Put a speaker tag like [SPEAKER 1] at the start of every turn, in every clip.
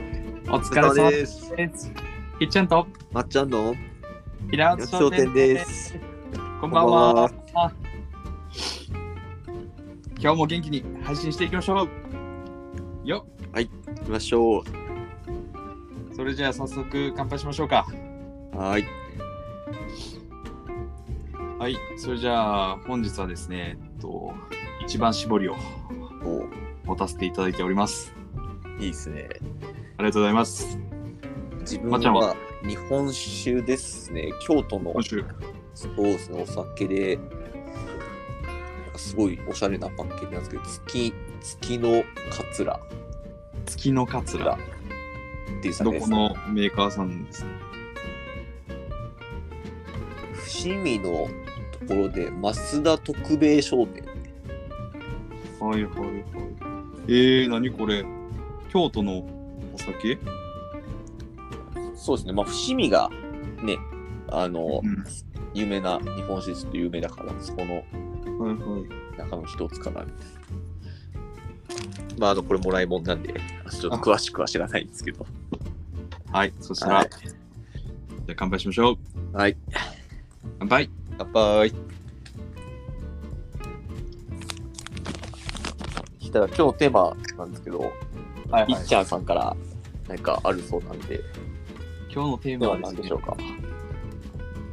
[SPEAKER 1] 疲れ様で
[SPEAKER 2] お疲れ様です
[SPEAKER 1] す。ひっちゃんと
[SPEAKER 2] まっちゃんの
[SPEAKER 1] 平
[SPEAKER 2] や
[SPEAKER 1] 内
[SPEAKER 2] つ商
[SPEAKER 1] 商
[SPEAKER 2] 店
[SPEAKER 1] 店
[SPEAKER 2] で
[SPEAKER 1] です。
[SPEAKER 2] す。
[SPEAKER 1] こんばん
[SPEAKER 2] こんば
[SPEAKER 1] は。今日も元気に配信していきましょう。よ
[SPEAKER 2] 行きましょ
[SPEAKER 1] っ、それじゃあ早速乾杯しましょうか。
[SPEAKER 2] う。はーい。
[SPEAKER 1] はい、それじゃあ本日はですね、えっと、一番絞りを
[SPEAKER 2] お
[SPEAKER 1] 持たせていただいております。
[SPEAKER 2] いいですね。
[SPEAKER 1] ありがとうございます。
[SPEAKER 2] 自分
[SPEAKER 1] まっちゃん
[SPEAKER 2] は
[SPEAKER 1] は
[SPEAKER 2] 日本酒ですね。京都の
[SPEAKER 1] 今週、
[SPEAKER 2] そうですね、お酒で、なんかすごいおしゃれなパッケージなんですけど、月、月のカツラ
[SPEAKER 1] 月のカツラ。
[SPEAKER 2] ってい
[SPEAKER 1] ど
[SPEAKER 2] う酒で
[SPEAKER 1] こ
[SPEAKER 2] す、ね。
[SPEAKER 1] のメーカーさんですか
[SPEAKER 2] 伏見のところで、増田特米商店。
[SPEAKER 1] はいはいはい。えー、何これ京都のお酒
[SPEAKER 2] そうですね、まあ、伏見がね、あの、
[SPEAKER 1] うん
[SPEAKER 2] 有名な、日本酒でちょっと有名だから、そこの
[SPEAKER 1] はいはい。
[SPEAKER 2] 中の一つかなみたいな。まあ、あの、これもらいもんなんで、ちょっと詳しくは知らないんですけど。
[SPEAKER 1] はい、そした
[SPEAKER 2] は
[SPEAKER 1] ら、
[SPEAKER 2] い
[SPEAKER 1] じゃあ乾杯しましょう。
[SPEAKER 2] はい。
[SPEAKER 1] 乾杯
[SPEAKER 2] 乾杯。したら今日のテーマなんですけど、
[SPEAKER 1] はい
[SPEAKER 2] いっちゃんさんから何かあるそうなんで、
[SPEAKER 1] 今日のテーマ
[SPEAKER 2] では
[SPEAKER 1] はで
[SPEAKER 2] 何
[SPEAKER 1] す
[SPEAKER 2] で
[SPEAKER 1] ね
[SPEAKER 2] しょう、か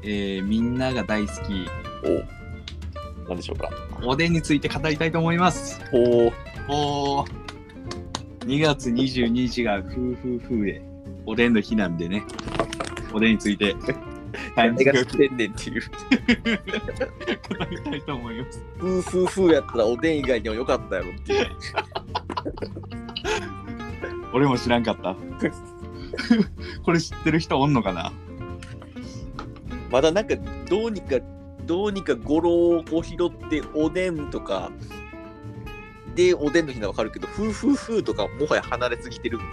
[SPEAKER 1] えーみんなが大好き、
[SPEAKER 2] お何でしょうか
[SPEAKER 1] おでんについて語りたいと思います。
[SPEAKER 2] おー
[SPEAKER 1] おー。2月22日が夫婦風で、おでんの日なんでね、おでんについ て、タイミングよく
[SPEAKER 2] てんねんっていう。
[SPEAKER 1] 語りたいと思います。
[SPEAKER 2] ふうふうふうやったらおでん以外にもよかったやろっていう。
[SPEAKER 1] 俺も知らんかった。 これ知ってる人おんのかな
[SPEAKER 2] まだなんかどうにかどうにか語呂をこう拾っておでんとかでおでんの日ならわかるけどふうふうふうとかもはや離れすぎてるみ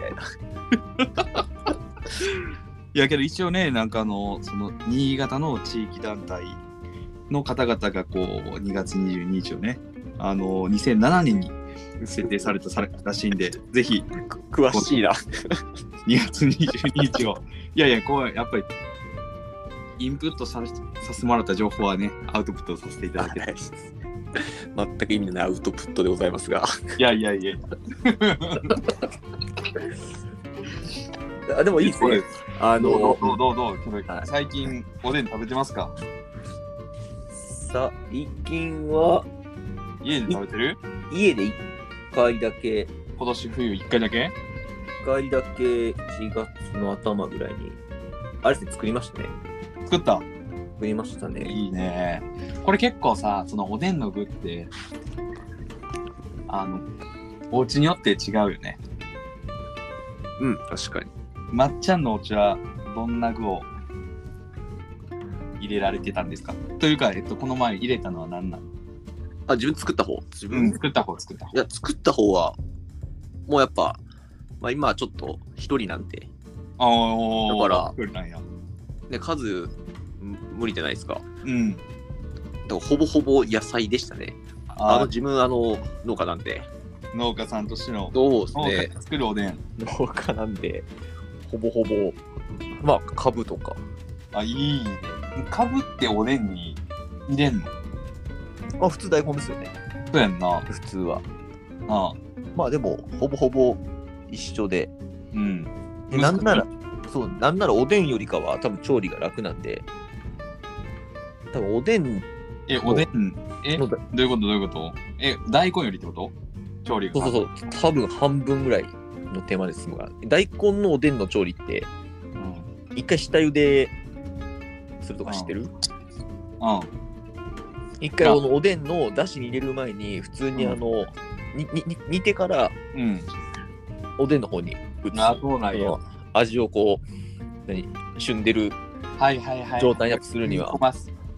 [SPEAKER 2] たいな。
[SPEAKER 1] いやけど一応ねなんかあのその新潟の地域団体の方々がこう2月22日をねあの2007年に設定されたさらしいんでぜひ
[SPEAKER 2] く詳しいな。
[SPEAKER 1] 2月22日をいやいやこうやっぱりインプットさせさせてもらった情報はねアウトプットさせていただけたい
[SPEAKER 2] 全く意味のないアウトプットでございますが
[SPEAKER 1] いやいやいや
[SPEAKER 2] あでもいいですね。あ
[SPEAKER 1] どうど
[SPEAKER 2] の
[SPEAKER 1] うどうどうどう
[SPEAKER 2] はい
[SPEAKER 1] 最近おでん食べてますか
[SPEAKER 2] 最近は
[SPEAKER 1] 家で食べてる
[SPEAKER 2] 家で1回だけ
[SPEAKER 1] 今年冬1回だけ
[SPEAKER 2] 1回だけ1月の頭ぐらいにあれですね作りましたね
[SPEAKER 1] 作った
[SPEAKER 2] 作りましたね
[SPEAKER 1] いいね。これ結構さ、そのおでんの具って、あの、お家によって違うよね。
[SPEAKER 2] うん確かに
[SPEAKER 1] まっちゃんのお家はどんな具を入れられてたんですかというか、えっと、この前入れたのは何なの、
[SPEAKER 2] あ自分作った方自
[SPEAKER 1] う
[SPEAKER 2] 分、
[SPEAKER 1] ん、作った方作った方。
[SPEAKER 2] いや、作った方は、もうやっぱ、まあ今はちょっと一人なんで、
[SPEAKER 1] ああ、
[SPEAKER 2] だから
[SPEAKER 1] 作るなんや。
[SPEAKER 2] で、数、む無理じゃないですか。だか
[SPEAKER 1] うん。
[SPEAKER 2] らほぼほぼ野菜でしたね。あ
[SPEAKER 1] あ
[SPEAKER 2] の、自分、あの、農家なんで。
[SPEAKER 1] 農家さんとしての
[SPEAKER 2] そうです
[SPEAKER 1] 農家
[SPEAKER 2] ね。
[SPEAKER 1] が作るおでん。
[SPEAKER 2] 農家なんで、ほぼほぼ、まあ、株とか。
[SPEAKER 1] あ、いいね。かぶっておでんに入れんの
[SPEAKER 2] まあ、普通大根ですよね。
[SPEAKER 1] そうやんな。
[SPEAKER 2] 普通は。
[SPEAKER 1] あ
[SPEAKER 2] まあ、でも、ほぼほぼ一緒で。
[SPEAKER 1] うん。
[SPEAKER 2] でなんなら、そう、なんならおでんよりかは、多分調理が楽なんで、多分おでん
[SPEAKER 1] え、おでん、え、
[SPEAKER 2] の、
[SPEAKER 1] どういうことどういうことえ、大根よりってこと調理
[SPEAKER 2] そう
[SPEAKER 1] が。
[SPEAKER 2] そうそう、多分半分ぐらいの手間で済むから。大根のおでんの調理って、
[SPEAKER 1] うん。うん。
[SPEAKER 2] 一回下茹でするとか知ってる一回
[SPEAKER 1] あ
[SPEAKER 2] このおでんのだしに入れる前に、普通にあの、ににに煮てから
[SPEAKER 1] うん。
[SPEAKER 2] おでんの方に移す。
[SPEAKER 1] あ、そうなんや。
[SPEAKER 2] そ
[SPEAKER 1] は
[SPEAKER 2] の味をこう、何、旬でる
[SPEAKER 1] いはいはい。
[SPEAKER 2] 状態にアップするには
[SPEAKER 1] 煮込。ま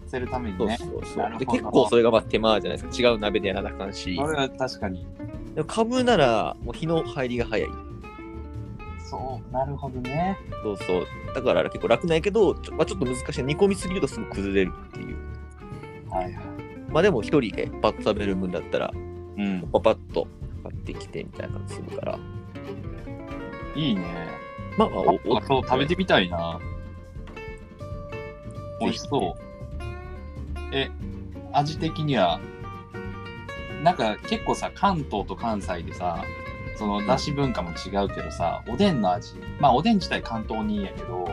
[SPEAKER 1] せるために
[SPEAKER 2] そう
[SPEAKER 1] ね。
[SPEAKER 2] そうそ
[SPEAKER 1] な
[SPEAKER 2] う
[SPEAKER 1] る
[SPEAKER 2] で
[SPEAKER 1] ほど
[SPEAKER 2] 結構それがまあ手間じゃないですか違う鍋でやらなあかんし
[SPEAKER 1] それは確かに。
[SPEAKER 2] でも株ならもう日の入りが早い
[SPEAKER 1] そう、なるほどね。
[SPEAKER 2] そうそうだから結構楽なんやけどちょ,、まあ、ちょっと難しい煮込みすぎるとすぐ崩れるっていう
[SPEAKER 1] はいはい。
[SPEAKER 2] まあでも一人でパッと食べる分だったら、
[SPEAKER 1] うん。
[SPEAKER 2] パパッと買ってきてみたいな感じするから。
[SPEAKER 1] いいね。
[SPEAKER 2] まあまあ、おお
[SPEAKER 1] あそう食べてみたいな。美味しそう。え、味的には、なんか結構さ、関東と関西でさ、そのだし文化も違うけどさ、おでんの味、まあおでん自体関東にやけど、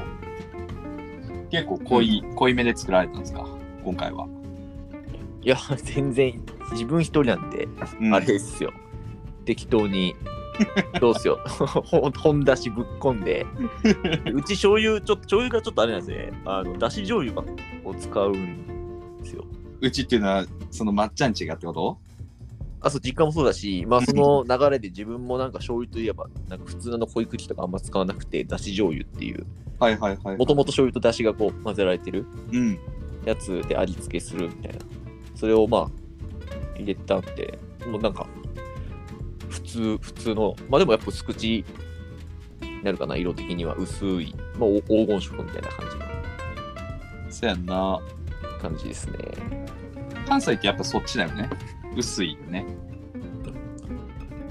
[SPEAKER 1] 結構濃い、濃いめで作られたんですか、今回は。
[SPEAKER 2] いや、全然、自分一人なんで、
[SPEAKER 1] うん
[SPEAKER 2] あれですよ。適当に、どうっすよ。ほ本だしぶっこんで。うち醤油、ちょっと、醤油がちょっとあれなんですね。あの、だし醤油を使うんですよ。
[SPEAKER 1] うちっていうのは、そのまっちゃんちがってこと
[SPEAKER 2] あ、そう、実家もそうだし、まあ、その流れで自分もなんか醤油といえば、なんか普通の濃い口とかあんま使わなくて、だし醤油っていう、
[SPEAKER 1] はいはいはい。
[SPEAKER 2] もともと醤油とだしがこう混ぜられてる
[SPEAKER 1] うん。
[SPEAKER 2] やつで味付けするみたいな。それをまあ、入れたんで、もうなんか、普通、普通の、まあでもやっぱ薄口になるかな、色的には薄い、まあお黄金色みたいな感じの
[SPEAKER 1] そやんな。
[SPEAKER 2] 感じですね。
[SPEAKER 1] 関西ってやっぱそっちだよね。薄いよね。
[SPEAKER 2] ま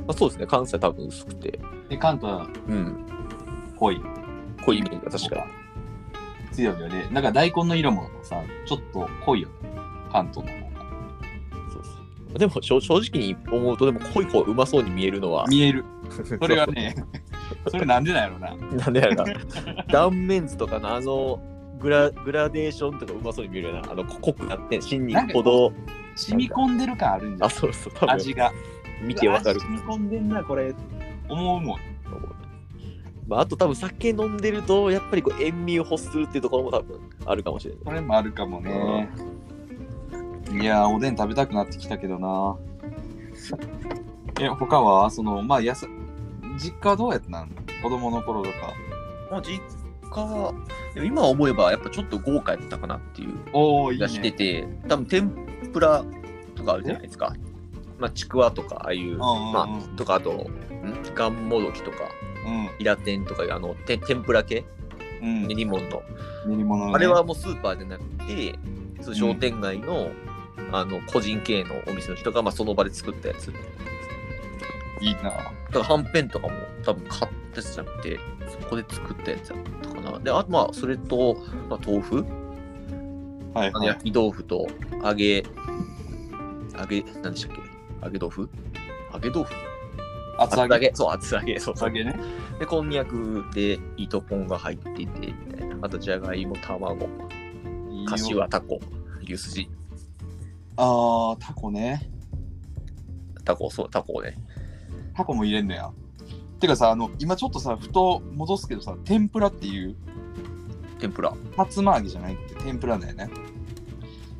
[SPEAKER 2] あそうですね、関西多分薄くて、
[SPEAKER 1] で、関東は
[SPEAKER 2] うん、
[SPEAKER 1] 濃い。
[SPEAKER 2] 濃いイメージが確か
[SPEAKER 1] 強いよね。なんか大根の色もさ、ちょっと濃いよね。関東の方が。
[SPEAKER 2] そうそうでもしょ正直に思うと、でも濃い方がうまそうに見えるのは、
[SPEAKER 1] 見え る。それはね、 それなんでなんやろうな。
[SPEAKER 2] なんでやろ な断面図とかのあのグラグラデーションとかうまそうに見えるよなあの濃くなって芯にほど
[SPEAKER 1] 染み込んでる感あるんじゃ
[SPEAKER 2] あ
[SPEAKER 1] ん。
[SPEAKER 2] そうそう多分
[SPEAKER 1] 味が。
[SPEAKER 2] 見てわかる
[SPEAKER 1] う、味染み込んでんな、これ。思うもん。
[SPEAKER 2] まあ、あと多分酒飲んでるとやっぱりこう塩味を欲するっていうところも多分あるかもしれない
[SPEAKER 1] それもあるかもね。いやー、おでん食べたくなってきたけどな。え、他はその、まあ、やさ実家はどうやってなの子供の頃とか。
[SPEAKER 2] まあ実家でも今思えばやっぱちょっと豪華やったかなっていう
[SPEAKER 1] おお、い
[SPEAKER 2] 気
[SPEAKER 1] いね。
[SPEAKER 2] がしてて多分天ぷらとかあるじゃないですかまあちくわとかああいうま
[SPEAKER 1] うんうんうん
[SPEAKER 2] あとかあとんがんもどきとか
[SPEAKER 1] うん。
[SPEAKER 2] イラ天とかいうあのて天ぷら系
[SPEAKER 1] うん。
[SPEAKER 2] 練
[SPEAKER 1] 練
[SPEAKER 2] り物の
[SPEAKER 1] り物、ね、
[SPEAKER 2] あれはもうスーパーじゃなくて、そう商店街の,、あの個人経営のお店の人が、まあ、その場で作ったやつ。だ
[SPEAKER 1] いいな。
[SPEAKER 2] からはんぺんとかも多分買ったやつじゃなくて、そこで作ったやつだったかな。で、あとまあ、それと、まあ、豆腐、
[SPEAKER 1] はい、
[SPEAKER 2] あの
[SPEAKER 1] はい。
[SPEAKER 2] 焼き豆腐と揚げ、揚げ、何でしたっけ揚げ豆腐揚げ豆腐
[SPEAKER 1] 厚揚げ。
[SPEAKER 2] そう、厚揚げ。そう
[SPEAKER 1] 厚揚げね。
[SPEAKER 2] で、こんにゃくで糸こんが入ってて、みたいな。あと、じゃがいも、卵、
[SPEAKER 1] いいよ
[SPEAKER 2] かしわ、たこ、牛すじ、
[SPEAKER 1] あー、タコね。
[SPEAKER 2] たこ、そう、たこね。
[SPEAKER 1] タコも入れんのや。てかさ、あの、今ちょっとさ、ふと戻すけどさ、天ぷらっていう、
[SPEAKER 2] 天ぷら。
[SPEAKER 1] さつま揚げじゃないって天ぷらだよね。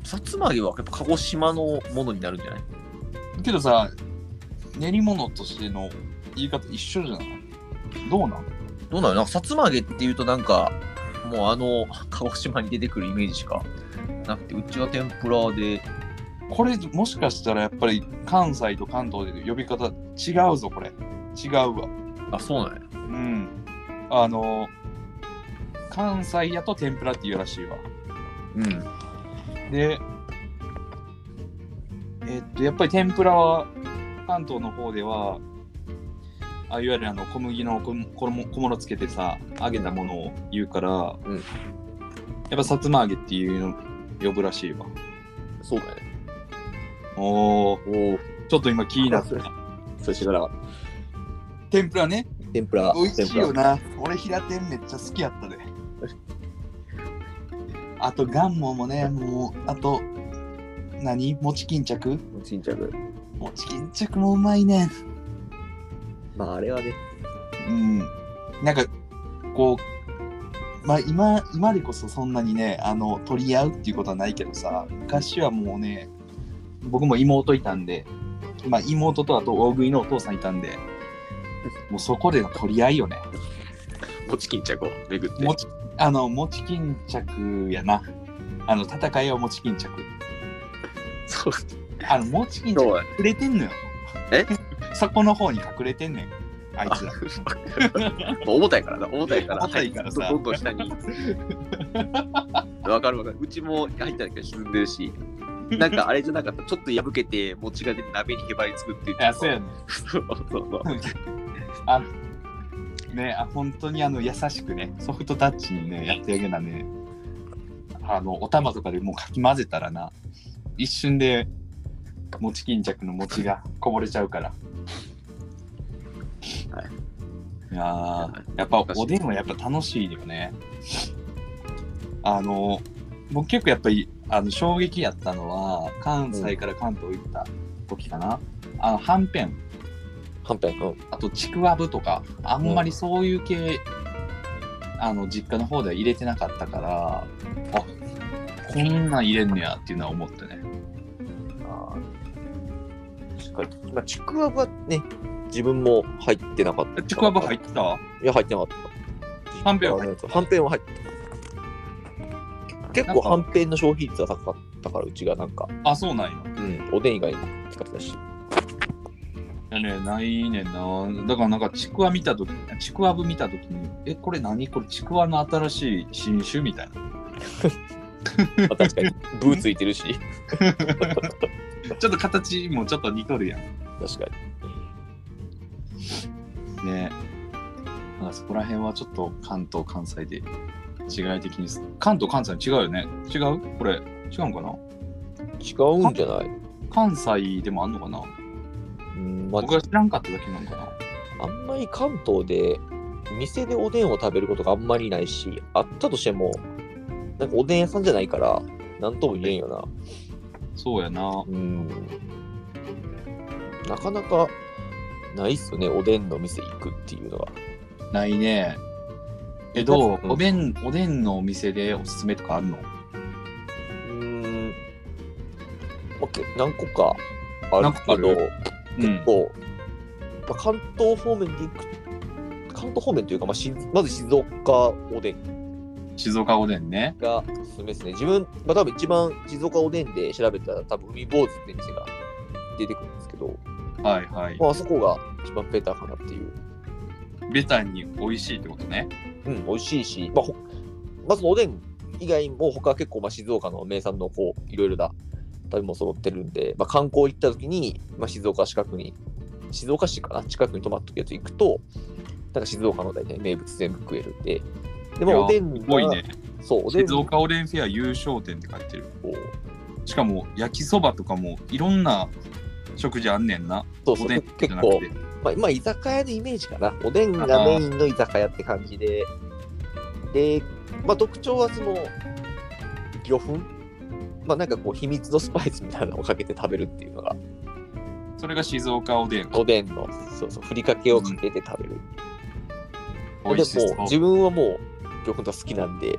[SPEAKER 2] さつま揚げはやっぱ鹿児島のものになるんじゃない
[SPEAKER 1] けどさ、練り物としての言い方一緒じゃないどうなん
[SPEAKER 2] どうなのなんかさつま揚げっていうとなんかもうあの鹿児島に出てくるイメージしかなくてうちは天ぷらで
[SPEAKER 1] これ、もしかしたらやっぱり関西と関東で呼び方違うぞ、これ。違うわ。
[SPEAKER 2] あそうなんや
[SPEAKER 1] うん。あの、関西やと天ぷらって言うらしいわ。
[SPEAKER 2] うん
[SPEAKER 1] で、えっと、やっぱり天ぷらは、関東の方では、あいわゆるあの小麦のこん衣小物つけてさ、揚げたものを言うから、
[SPEAKER 2] うん
[SPEAKER 1] やっぱさつま揚げっていうの呼ぶらしいわ。
[SPEAKER 2] そうだね
[SPEAKER 1] おー、
[SPEAKER 2] おお
[SPEAKER 1] ちょっと今気になった。
[SPEAKER 2] それ知らなかっ
[SPEAKER 1] 天ぷらね、
[SPEAKER 2] た天ぷら
[SPEAKER 1] 美味しいよ
[SPEAKER 2] 天ぷ
[SPEAKER 1] な。俺、平天めっちゃ好きやった で。あと、ガンモもね、もう、あと、何餅巾着
[SPEAKER 2] らちんちゃく
[SPEAKER 1] 餅巾着もうまいねん。
[SPEAKER 2] まああれはね
[SPEAKER 1] うん、なんかこう、まあ、今今でこそそんなにねあの取り合うっていうことはないけどさ昔はもうね僕も妹いたんで、まあ、妹とあと大食いのお父さんいたんでもうそこでの取り合いよね
[SPEAKER 2] もちきんちゃくをめぐっ
[SPEAKER 1] もちあの餅巾着やなあの戦いは餅巾着
[SPEAKER 2] そう
[SPEAKER 1] あの餅巾着
[SPEAKER 2] そう
[SPEAKER 1] 隠れてんのよ
[SPEAKER 2] え
[SPEAKER 1] そこの方に隠れてんねんあい
[SPEAKER 2] あ
[SPEAKER 1] つら
[SPEAKER 2] 重たいからな重たいから
[SPEAKER 1] 重たいからさ
[SPEAKER 2] どんどん下にわかるわかるうちも入ったら沈んでるしなんかあれじゃなかったちょっと破けて餅 が出て鍋にへばりつくっていう
[SPEAKER 1] いやそうやねん
[SPEAKER 2] そうそうそう
[SPEAKER 1] あね、あ本当にあの優しくね、ソフトタッチにね、やってあげなね、あの、お玉とかでもうかき混ぜたらな、一瞬で、餅巾着の餅がこぼれちゃうから。。
[SPEAKER 2] はい
[SPEAKER 1] いやーやっぱおでんはやっぱ楽しいよね。あの、僕結構やっぱり、あの、衝撃やったのは、関西から関東行った時かな。あの、はんぺん。
[SPEAKER 2] はんぺん、うん。
[SPEAKER 1] あとちくわぶとかあんまりそういう系、あの実家の方では入れてなかったからあこんなん入れんねやっていうのは思ってね
[SPEAKER 2] あーしっかり。まあ、ちくわぶはね、自分も入ってなかった。
[SPEAKER 1] ちくわぶ入ってた
[SPEAKER 2] いや、入ってなかった。
[SPEAKER 1] はんぺんは入
[SPEAKER 2] 入ってはんぺんは入ってた。結構、はんぺんの消費率は高かったから、うちがなんか、
[SPEAKER 1] あそうなんや
[SPEAKER 2] うん、おでん以外に使ってたし。
[SPEAKER 1] いやねないねんなだからなんかちくわ見た時ちくわぶ見た時にえこれ何これちくわの新しい新種みたいな
[SPEAKER 2] まあ、確か に、ブーついてるし、
[SPEAKER 1] ちょっと形もちょっと似とるやん
[SPEAKER 2] 確か
[SPEAKER 1] ねなんかそこら辺はちょっと関東関西で違い的に関東関西違うよね違うこれ違うんかな
[SPEAKER 2] に。違うんじゃない
[SPEAKER 1] 関西でもあんのかな
[SPEAKER 2] うん、まあ
[SPEAKER 1] 僕が知らんかっただけなのかな
[SPEAKER 2] あんまり関東で店でおでんを食べることがあんまりないし、あったとしても、なんかおでん屋さんじゃないから、なんとも言えんよな。
[SPEAKER 1] そうやな
[SPEAKER 2] うん。なかなかないっすよね、おでんの店行くっていうのは。
[SPEAKER 1] ないねえどう、
[SPEAKER 2] うん
[SPEAKER 1] おでんおでんのお店でおすすめとかあるの
[SPEAKER 2] うん。まあけ何個かあ
[SPEAKER 1] 何
[SPEAKER 2] る
[SPEAKER 1] 個かあ
[SPEAKER 2] けど、
[SPEAKER 1] るうん
[SPEAKER 2] 結構、まあ、関東方面で行く、関東方面というか、まあ、しまず静岡おでん
[SPEAKER 1] 静岡おでんね
[SPEAKER 2] がおすすめですね。自分、まあ、多分一番静岡おでんで調べたら、多分海坊主って店が出てくるんですけど、
[SPEAKER 1] はいはい
[SPEAKER 2] まあ、あそこが一番ベターかなっていう。
[SPEAKER 1] ベタに美味しいってことね
[SPEAKER 2] うん、美味しいし、まあ、ほまずおでん以外も他結構まあ静岡の名産のこういろいろな食べ物揃ってるんで、まあ、観光行った時に、まあ、静岡近くに静岡市かな近くに泊まっとくやつ行くとなんか静岡の大体名物全部食えるんでで
[SPEAKER 1] いや
[SPEAKER 2] もおでん
[SPEAKER 1] す
[SPEAKER 2] が
[SPEAKER 1] ごいね
[SPEAKER 2] そうおでん
[SPEAKER 1] 静岡おでんフェア優勝店って書いてる
[SPEAKER 2] こう
[SPEAKER 1] しかも焼きそばとかもいろんな食事あんねんな
[SPEAKER 2] そうそ
[SPEAKER 1] お
[SPEAKER 2] う
[SPEAKER 1] でんじ
[SPEAKER 2] 結
[SPEAKER 1] ゃなく
[SPEAKER 2] 構
[SPEAKER 1] て
[SPEAKER 2] まあ、まあ居酒屋のイメージかな。おでんがメインの居酒屋って感じで。で、まあ、特徴はその、魚粉まあ、なんかこう、秘密のスパイスみたいなのをかけて食べるっていうのが、
[SPEAKER 1] それが静岡おでん
[SPEAKER 2] おでんの、そうそう、ふりかけをかけて食べる。
[SPEAKER 1] 美
[SPEAKER 2] で
[SPEAKER 1] 味しそう
[SPEAKER 2] もう、自分はもう、魚粉が好きなんで、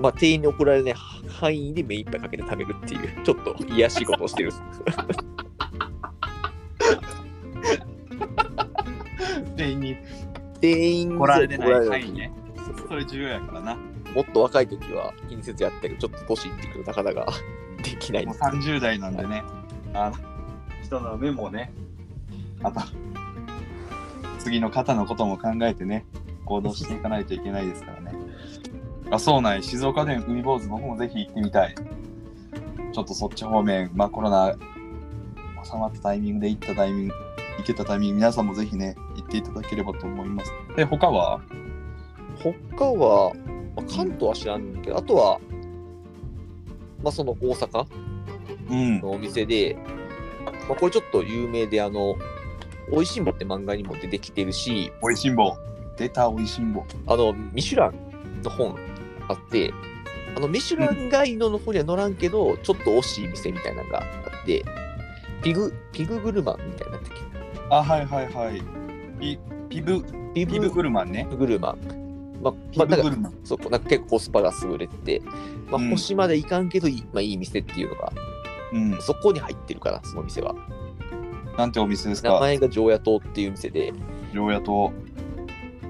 [SPEAKER 2] まあ、店員に怒られない範囲で目いっぱいかけて食べるっていう、ちょっと癒やしいことをし てる。
[SPEAKER 1] 店員に
[SPEAKER 2] 店員に
[SPEAKER 1] 来られてな
[SPEAKER 2] 怒
[SPEAKER 1] い
[SPEAKER 2] ら
[SPEAKER 1] 範囲ね
[SPEAKER 2] そうそう
[SPEAKER 1] それ重要やからな
[SPEAKER 2] もっと若い時は気にせずやったけど、ちょっと年いってくるとなかなかできない
[SPEAKER 1] もう30代なんでね、あの人の目もね、あと、次の方のことも考えてね、行動していかないといけないですからね。あ、そうなんや、静岡で海坊主、僕もぜひ行ってみたい。ちょっとそっち方面、まあコロナ収まったタイミングで行ったタイミング、行けたタイミング、皆さんもぜひね、行っていただければと思います。で、他は
[SPEAKER 2] 他は、まあ、関東は知らんけど、あとは、まあ、その大阪
[SPEAKER 1] うん。
[SPEAKER 2] のお店で、まあ、これちょっと有名で、あの、おいしんぼって漫画にも出てきてるし、
[SPEAKER 1] おいしんぼ。出たおいしんぼ。
[SPEAKER 2] あの、ミシュランの本あって、あの、ミシュランガイドの方には乗らんけど、ちょっと惜しい店みたいなのがあって、ピグ、ピググルマンみたいなやったっけ
[SPEAKER 1] あ、はいはいはい。ピ、ピブ、
[SPEAKER 2] ピ
[SPEAKER 1] ピブグルマンね。
[SPEAKER 2] ピグルマン。まあ、
[SPEAKER 1] ピ
[SPEAKER 2] ま
[SPEAKER 1] ブ
[SPEAKER 2] あ、なんか
[SPEAKER 1] グルマン。
[SPEAKER 2] そうなんか結構コスパが優れてて、まあ、
[SPEAKER 1] うん
[SPEAKER 2] 星までいかんけどいい,、まあ、いい店っていうのが、
[SPEAKER 1] うん、
[SPEAKER 2] そこに入ってるから、その店は。
[SPEAKER 1] なんてお店です
[SPEAKER 2] 名
[SPEAKER 1] か
[SPEAKER 2] 前が常夜灯っていう店で、
[SPEAKER 1] 常夜と。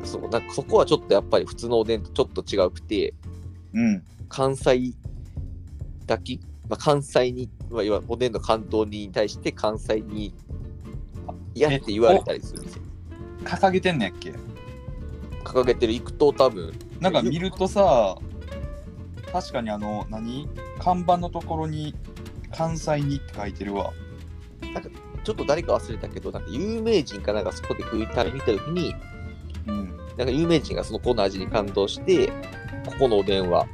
[SPEAKER 2] そうなんかそこはちょっとやっぱり普通のおでんとちょっと違うくて、
[SPEAKER 1] うん。
[SPEAKER 2] 関西炊き、まあ、関西に、まあ、要はおでんの関東に対して関西に嫌って言われたりする店。
[SPEAKER 1] 掲げてんねやっけ
[SPEAKER 2] 掲げてる行くと多分、
[SPEAKER 1] なんか見るとさ、確かにあの、何看板のところに、関西にって書いてるわ。
[SPEAKER 2] ちょっと誰か忘れたけど、なんか有名人かなんかそこで食いたら見た時に、
[SPEAKER 1] うん。
[SPEAKER 2] なんか有名人がその子の味に感動して、ここのおでんは、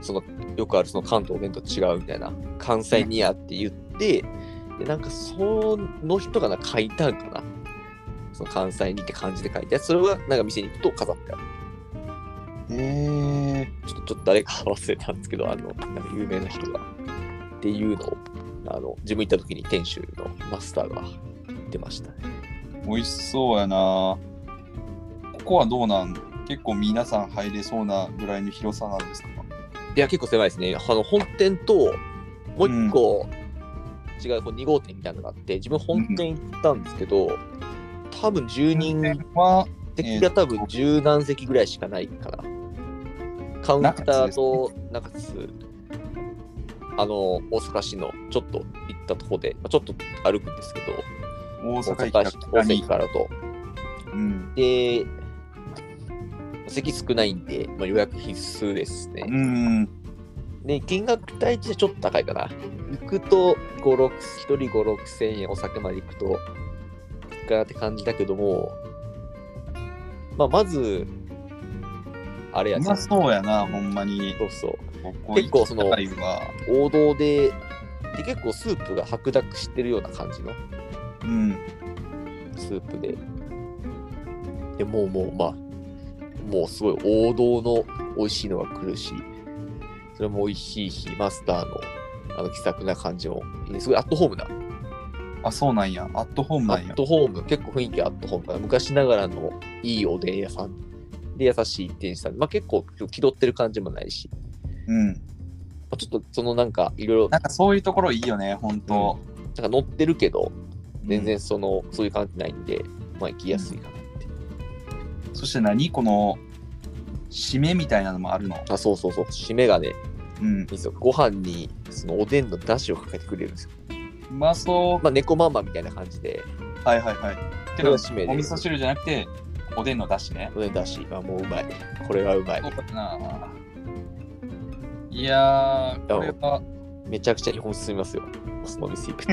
[SPEAKER 2] そのよくあるその関東おでんと違うみたいな、関西にやって言って、でなんかその人がな書いたんかな。その関西にって感じで書いて、それがなんか店に行くと飾ってある。
[SPEAKER 1] えー、
[SPEAKER 2] ちょっとちょっと誰か忘れたんですけど、あの、なんか有名な人が。っていうのを、あの、自分行った時に店主のマスターが言ってましたね。
[SPEAKER 1] 美味しそうやなここはどうなん結構皆さん入れそうなぐらいの広さなんですか
[SPEAKER 2] いや、結構狭いですね。あの、本店と、もう一個、違う、こう2号店みたいなのがあって、自分本店行ったんですけど、多分10人、
[SPEAKER 1] は
[SPEAKER 2] 席が多分十何席ぐらいしかないから。カウンターと中津、あの、大阪市のちょっと行ったとこで、まあちょっと歩くんですけど、
[SPEAKER 1] 大
[SPEAKER 2] 大
[SPEAKER 1] 阪駅
[SPEAKER 2] 阪
[SPEAKER 1] か
[SPEAKER 2] 市大
[SPEAKER 1] 北
[SPEAKER 2] 阪駅
[SPEAKER 1] に、
[SPEAKER 2] からと。
[SPEAKER 1] うん
[SPEAKER 2] で、席少ないんで、まあ、予約必須ですね。
[SPEAKER 1] うん
[SPEAKER 2] で、金額帯としてちょっと高いかな。行くと、五六1人5、6千円、お酒まで行くと、いくらって感じだけども、まあ、まず、あれや
[SPEAKER 1] う
[SPEAKER 2] ね
[SPEAKER 1] まそうやなほんまに
[SPEAKER 2] そうそう。
[SPEAKER 1] ここ
[SPEAKER 2] 結構その
[SPEAKER 1] 行きたいわ
[SPEAKER 2] 王道で、で、結構スープが白濁してるような感じの
[SPEAKER 1] うん
[SPEAKER 2] スープで。で、もうもう、まあ、もうすごい王道の美味しいのが来るし、それも美味しいし、マスターの、あの、気さくな感じもいいね、すごいアットホームな
[SPEAKER 1] あそうなんやアットホーム
[SPEAKER 2] ア
[SPEAKER 1] なん
[SPEAKER 2] ッ
[SPEAKER 1] や
[SPEAKER 2] トホーム、結構雰囲気アットホームかな。昔ながらのいいおでん屋さんで優しい店主さん。まあ結構気取ってる感じもないし、ま
[SPEAKER 1] うん
[SPEAKER 2] あ、ちょっとそのなんかいろいろな
[SPEAKER 1] なんかそういうところいいよねほんと
[SPEAKER 2] んか乗ってるけど、全
[SPEAKER 1] う
[SPEAKER 2] 然
[SPEAKER 1] ん
[SPEAKER 2] その、そういう感じないんで、まあ行きやすいかなって。
[SPEAKER 1] そして何この締めみたいなのもあるの
[SPEAKER 2] あ、そうそうそう。締めがね、
[SPEAKER 1] うん
[SPEAKER 2] いいですよ。ご飯にそのおでんの出汁をかけてくれるんですよ。
[SPEAKER 1] うまそう
[SPEAKER 2] まあ猫ママみたいな感じで、
[SPEAKER 1] はいはいはいけ
[SPEAKER 2] これ
[SPEAKER 1] ど
[SPEAKER 2] は
[SPEAKER 1] お
[SPEAKER 2] 締めで
[SPEAKER 1] 味噌汁じゃなくておでんのだしね
[SPEAKER 2] おでんの出汁はもううまい。これはうまい
[SPEAKER 1] そ。うかないやー、これは
[SPEAKER 2] めちゃくちゃ日本進みますよ。その お店行くと。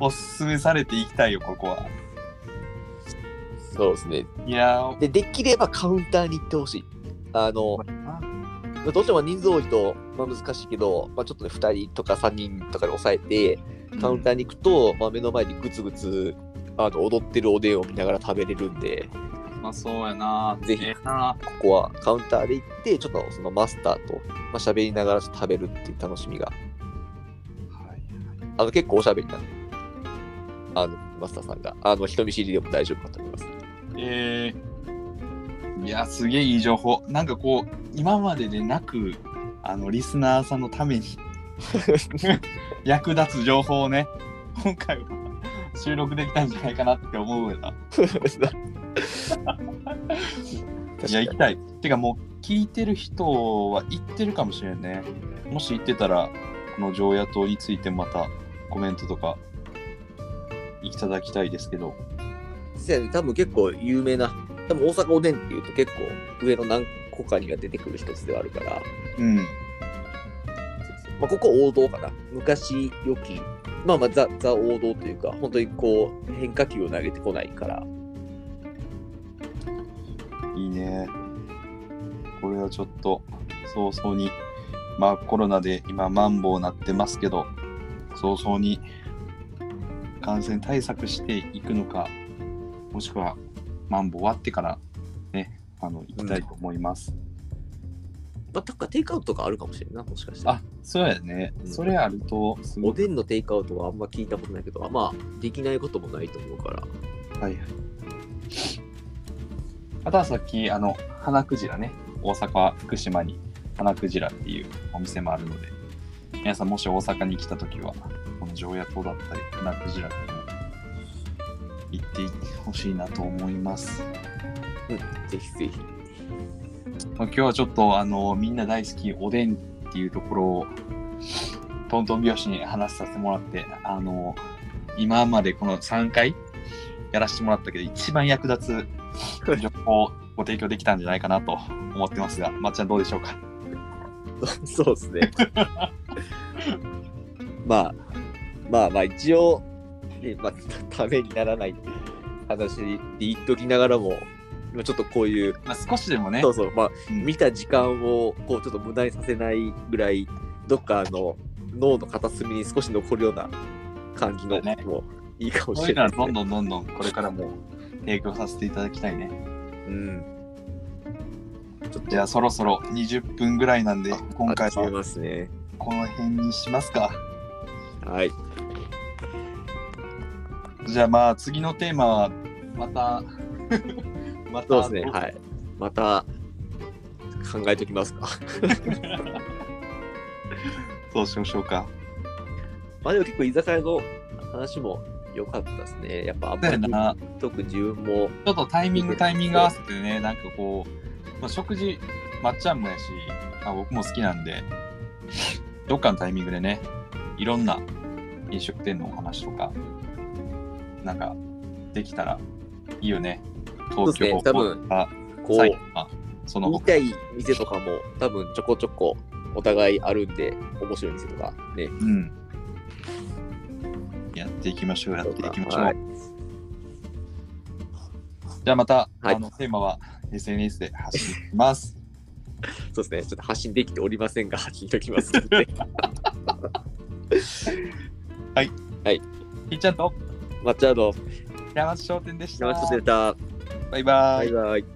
[SPEAKER 1] おすすめされていきたいよ、ここは。
[SPEAKER 2] そうですね。
[SPEAKER 1] いやー、
[SPEAKER 2] で、できればカウンターに行ってほしい。あの
[SPEAKER 1] こ、れな
[SPEAKER 2] まあどうしても人数多いと、まあ、難しいけど、まあ、ちょっとね、2人とか3人とかで抑えて、カウンターに行くと、まあ、目の前にグツグツあの踊ってるおでんを見ながら食べれるんで、
[SPEAKER 1] うんまあそうやな。
[SPEAKER 2] ぜひ
[SPEAKER 1] ええな
[SPEAKER 2] ここはカウンターで行って、ちょっとそのマスターと、まあ、喋りながらちょっと食べるっていう楽しみが、あの結構おしゃべりなんで、あの、マスターさんが、あの、人見知りでも大丈夫かと思います。
[SPEAKER 1] えー、いや、すげえいい情報。なんかこう、今まででなく、あの、リスナーさんのために 役立つ情報をね、今回は収録できたんじゃないかなって思うよな。 いや、行きたい。てかもう、聞いてる人は行ってるかもしれんね。もし行ってたら、この常夜灯についてまたコメントとかいただきたいですけど。
[SPEAKER 2] そうやね、多分結構有名な、多分大阪おでんっていうと結構上の何個かには出てくる一つではあるから、
[SPEAKER 1] うん。
[SPEAKER 2] まあ、ここは王道かな。昔良き、まあまあザ、ザ王道というか、本当にこう変化球を投げてこないから、
[SPEAKER 1] いいね。これはちょっと早々に、まあコロナで今マンボウなってますけど、早々に感染対策していくのか、もしくはマンボウ終わってからね、あの、行きたいと思います。
[SPEAKER 2] まあ、たかテイクアウトとかあるかもしれんな、もしかしたら。
[SPEAKER 1] あ、そうやね。
[SPEAKER 2] うん
[SPEAKER 1] それあると、すご
[SPEAKER 2] お
[SPEAKER 1] い。
[SPEAKER 2] でんのテイクアウトはあんま聞いたことないけど、あまあ、できないこともないと思うから。
[SPEAKER 1] はいはい。あとはさっき、あの、花クジラね。大阪、福島に花クジラっていうお店もあるので、皆さんもし大阪に来たときは、この常夜灯だったり、花クジラっていうの行ってほしいなと思います。
[SPEAKER 2] ぜひぜひ。
[SPEAKER 1] まあ、今日はちょっと、あの、みんな大好きおでんっていうところを、トントン拍子に話させてもらって、あの、今までこの3回やらせてもらったけど、一番役立つ情報をご提供できたんじゃないかなと思ってますが、まっちゃんどうでしょうか。
[SPEAKER 2] そうですね。まあ、まあまあ、一応、 ねまあ、たためにならない話で言っときながらも、今ちょっとこういう、
[SPEAKER 1] まあ、少しでもね
[SPEAKER 2] そうそう、まあ、
[SPEAKER 1] うん
[SPEAKER 2] 見た時間をこうちょっと無駄にさせないぐらいどっかあの脳の片隅に少し残るような感じの
[SPEAKER 1] そうだね
[SPEAKER 2] もういいかも
[SPEAKER 1] そう
[SPEAKER 2] し
[SPEAKER 1] いう
[SPEAKER 2] れ
[SPEAKER 1] の
[SPEAKER 2] な、
[SPEAKER 1] はいどんどんどんどんこれからも提供させていただきたいね。
[SPEAKER 2] うん、ちょっと
[SPEAKER 1] じゃあそろそろ20分ぐらいなんで今回
[SPEAKER 2] 始め
[SPEAKER 1] は
[SPEAKER 2] ますね
[SPEAKER 1] この辺にしますか。
[SPEAKER 2] はい
[SPEAKER 1] じゃあまあ次のテーマはま たまた
[SPEAKER 2] そうですねはいまた考えときますか
[SPEAKER 1] そうしましょうか。
[SPEAKER 2] まあでも結構居酒屋の話も良かったですねやっぱあんま
[SPEAKER 1] だよ
[SPEAKER 2] り
[SPEAKER 1] な
[SPEAKER 2] 特に自分も
[SPEAKER 1] ちょっとタイミングタイミング合わせてねなんかこう、まあ、食事まっちゃんもやし、まあ、僕も好きなんでどっかのタイミングでねいろんな飲食店のお話とかなんかできたらいいよね
[SPEAKER 2] うで
[SPEAKER 1] 東
[SPEAKER 2] すね
[SPEAKER 1] 京
[SPEAKER 2] 多分
[SPEAKER 1] 大
[SPEAKER 2] こ
[SPEAKER 1] 阪
[SPEAKER 2] う
[SPEAKER 1] 埼玉その
[SPEAKER 2] 見たい店とかも多分ちょこちょこお互いあるんで面白い店とかね
[SPEAKER 1] うんやっていきましょうやっていきましょう、
[SPEAKER 2] はい
[SPEAKER 1] じゃあまた、
[SPEAKER 2] はい
[SPEAKER 1] あのテーマは SNS で発信します
[SPEAKER 2] そうですね、ちょっと発信できておりませんが、発信ときますので、
[SPEAKER 1] ひーちゃんと
[SPEAKER 2] マッチャード、
[SPEAKER 1] 山内商店でした。
[SPEAKER 2] 山下データ、
[SPEAKER 1] バイバ
[SPEAKER 2] バ
[SPEAKER 1] イ
[SPEAKER 2] イ。バイ。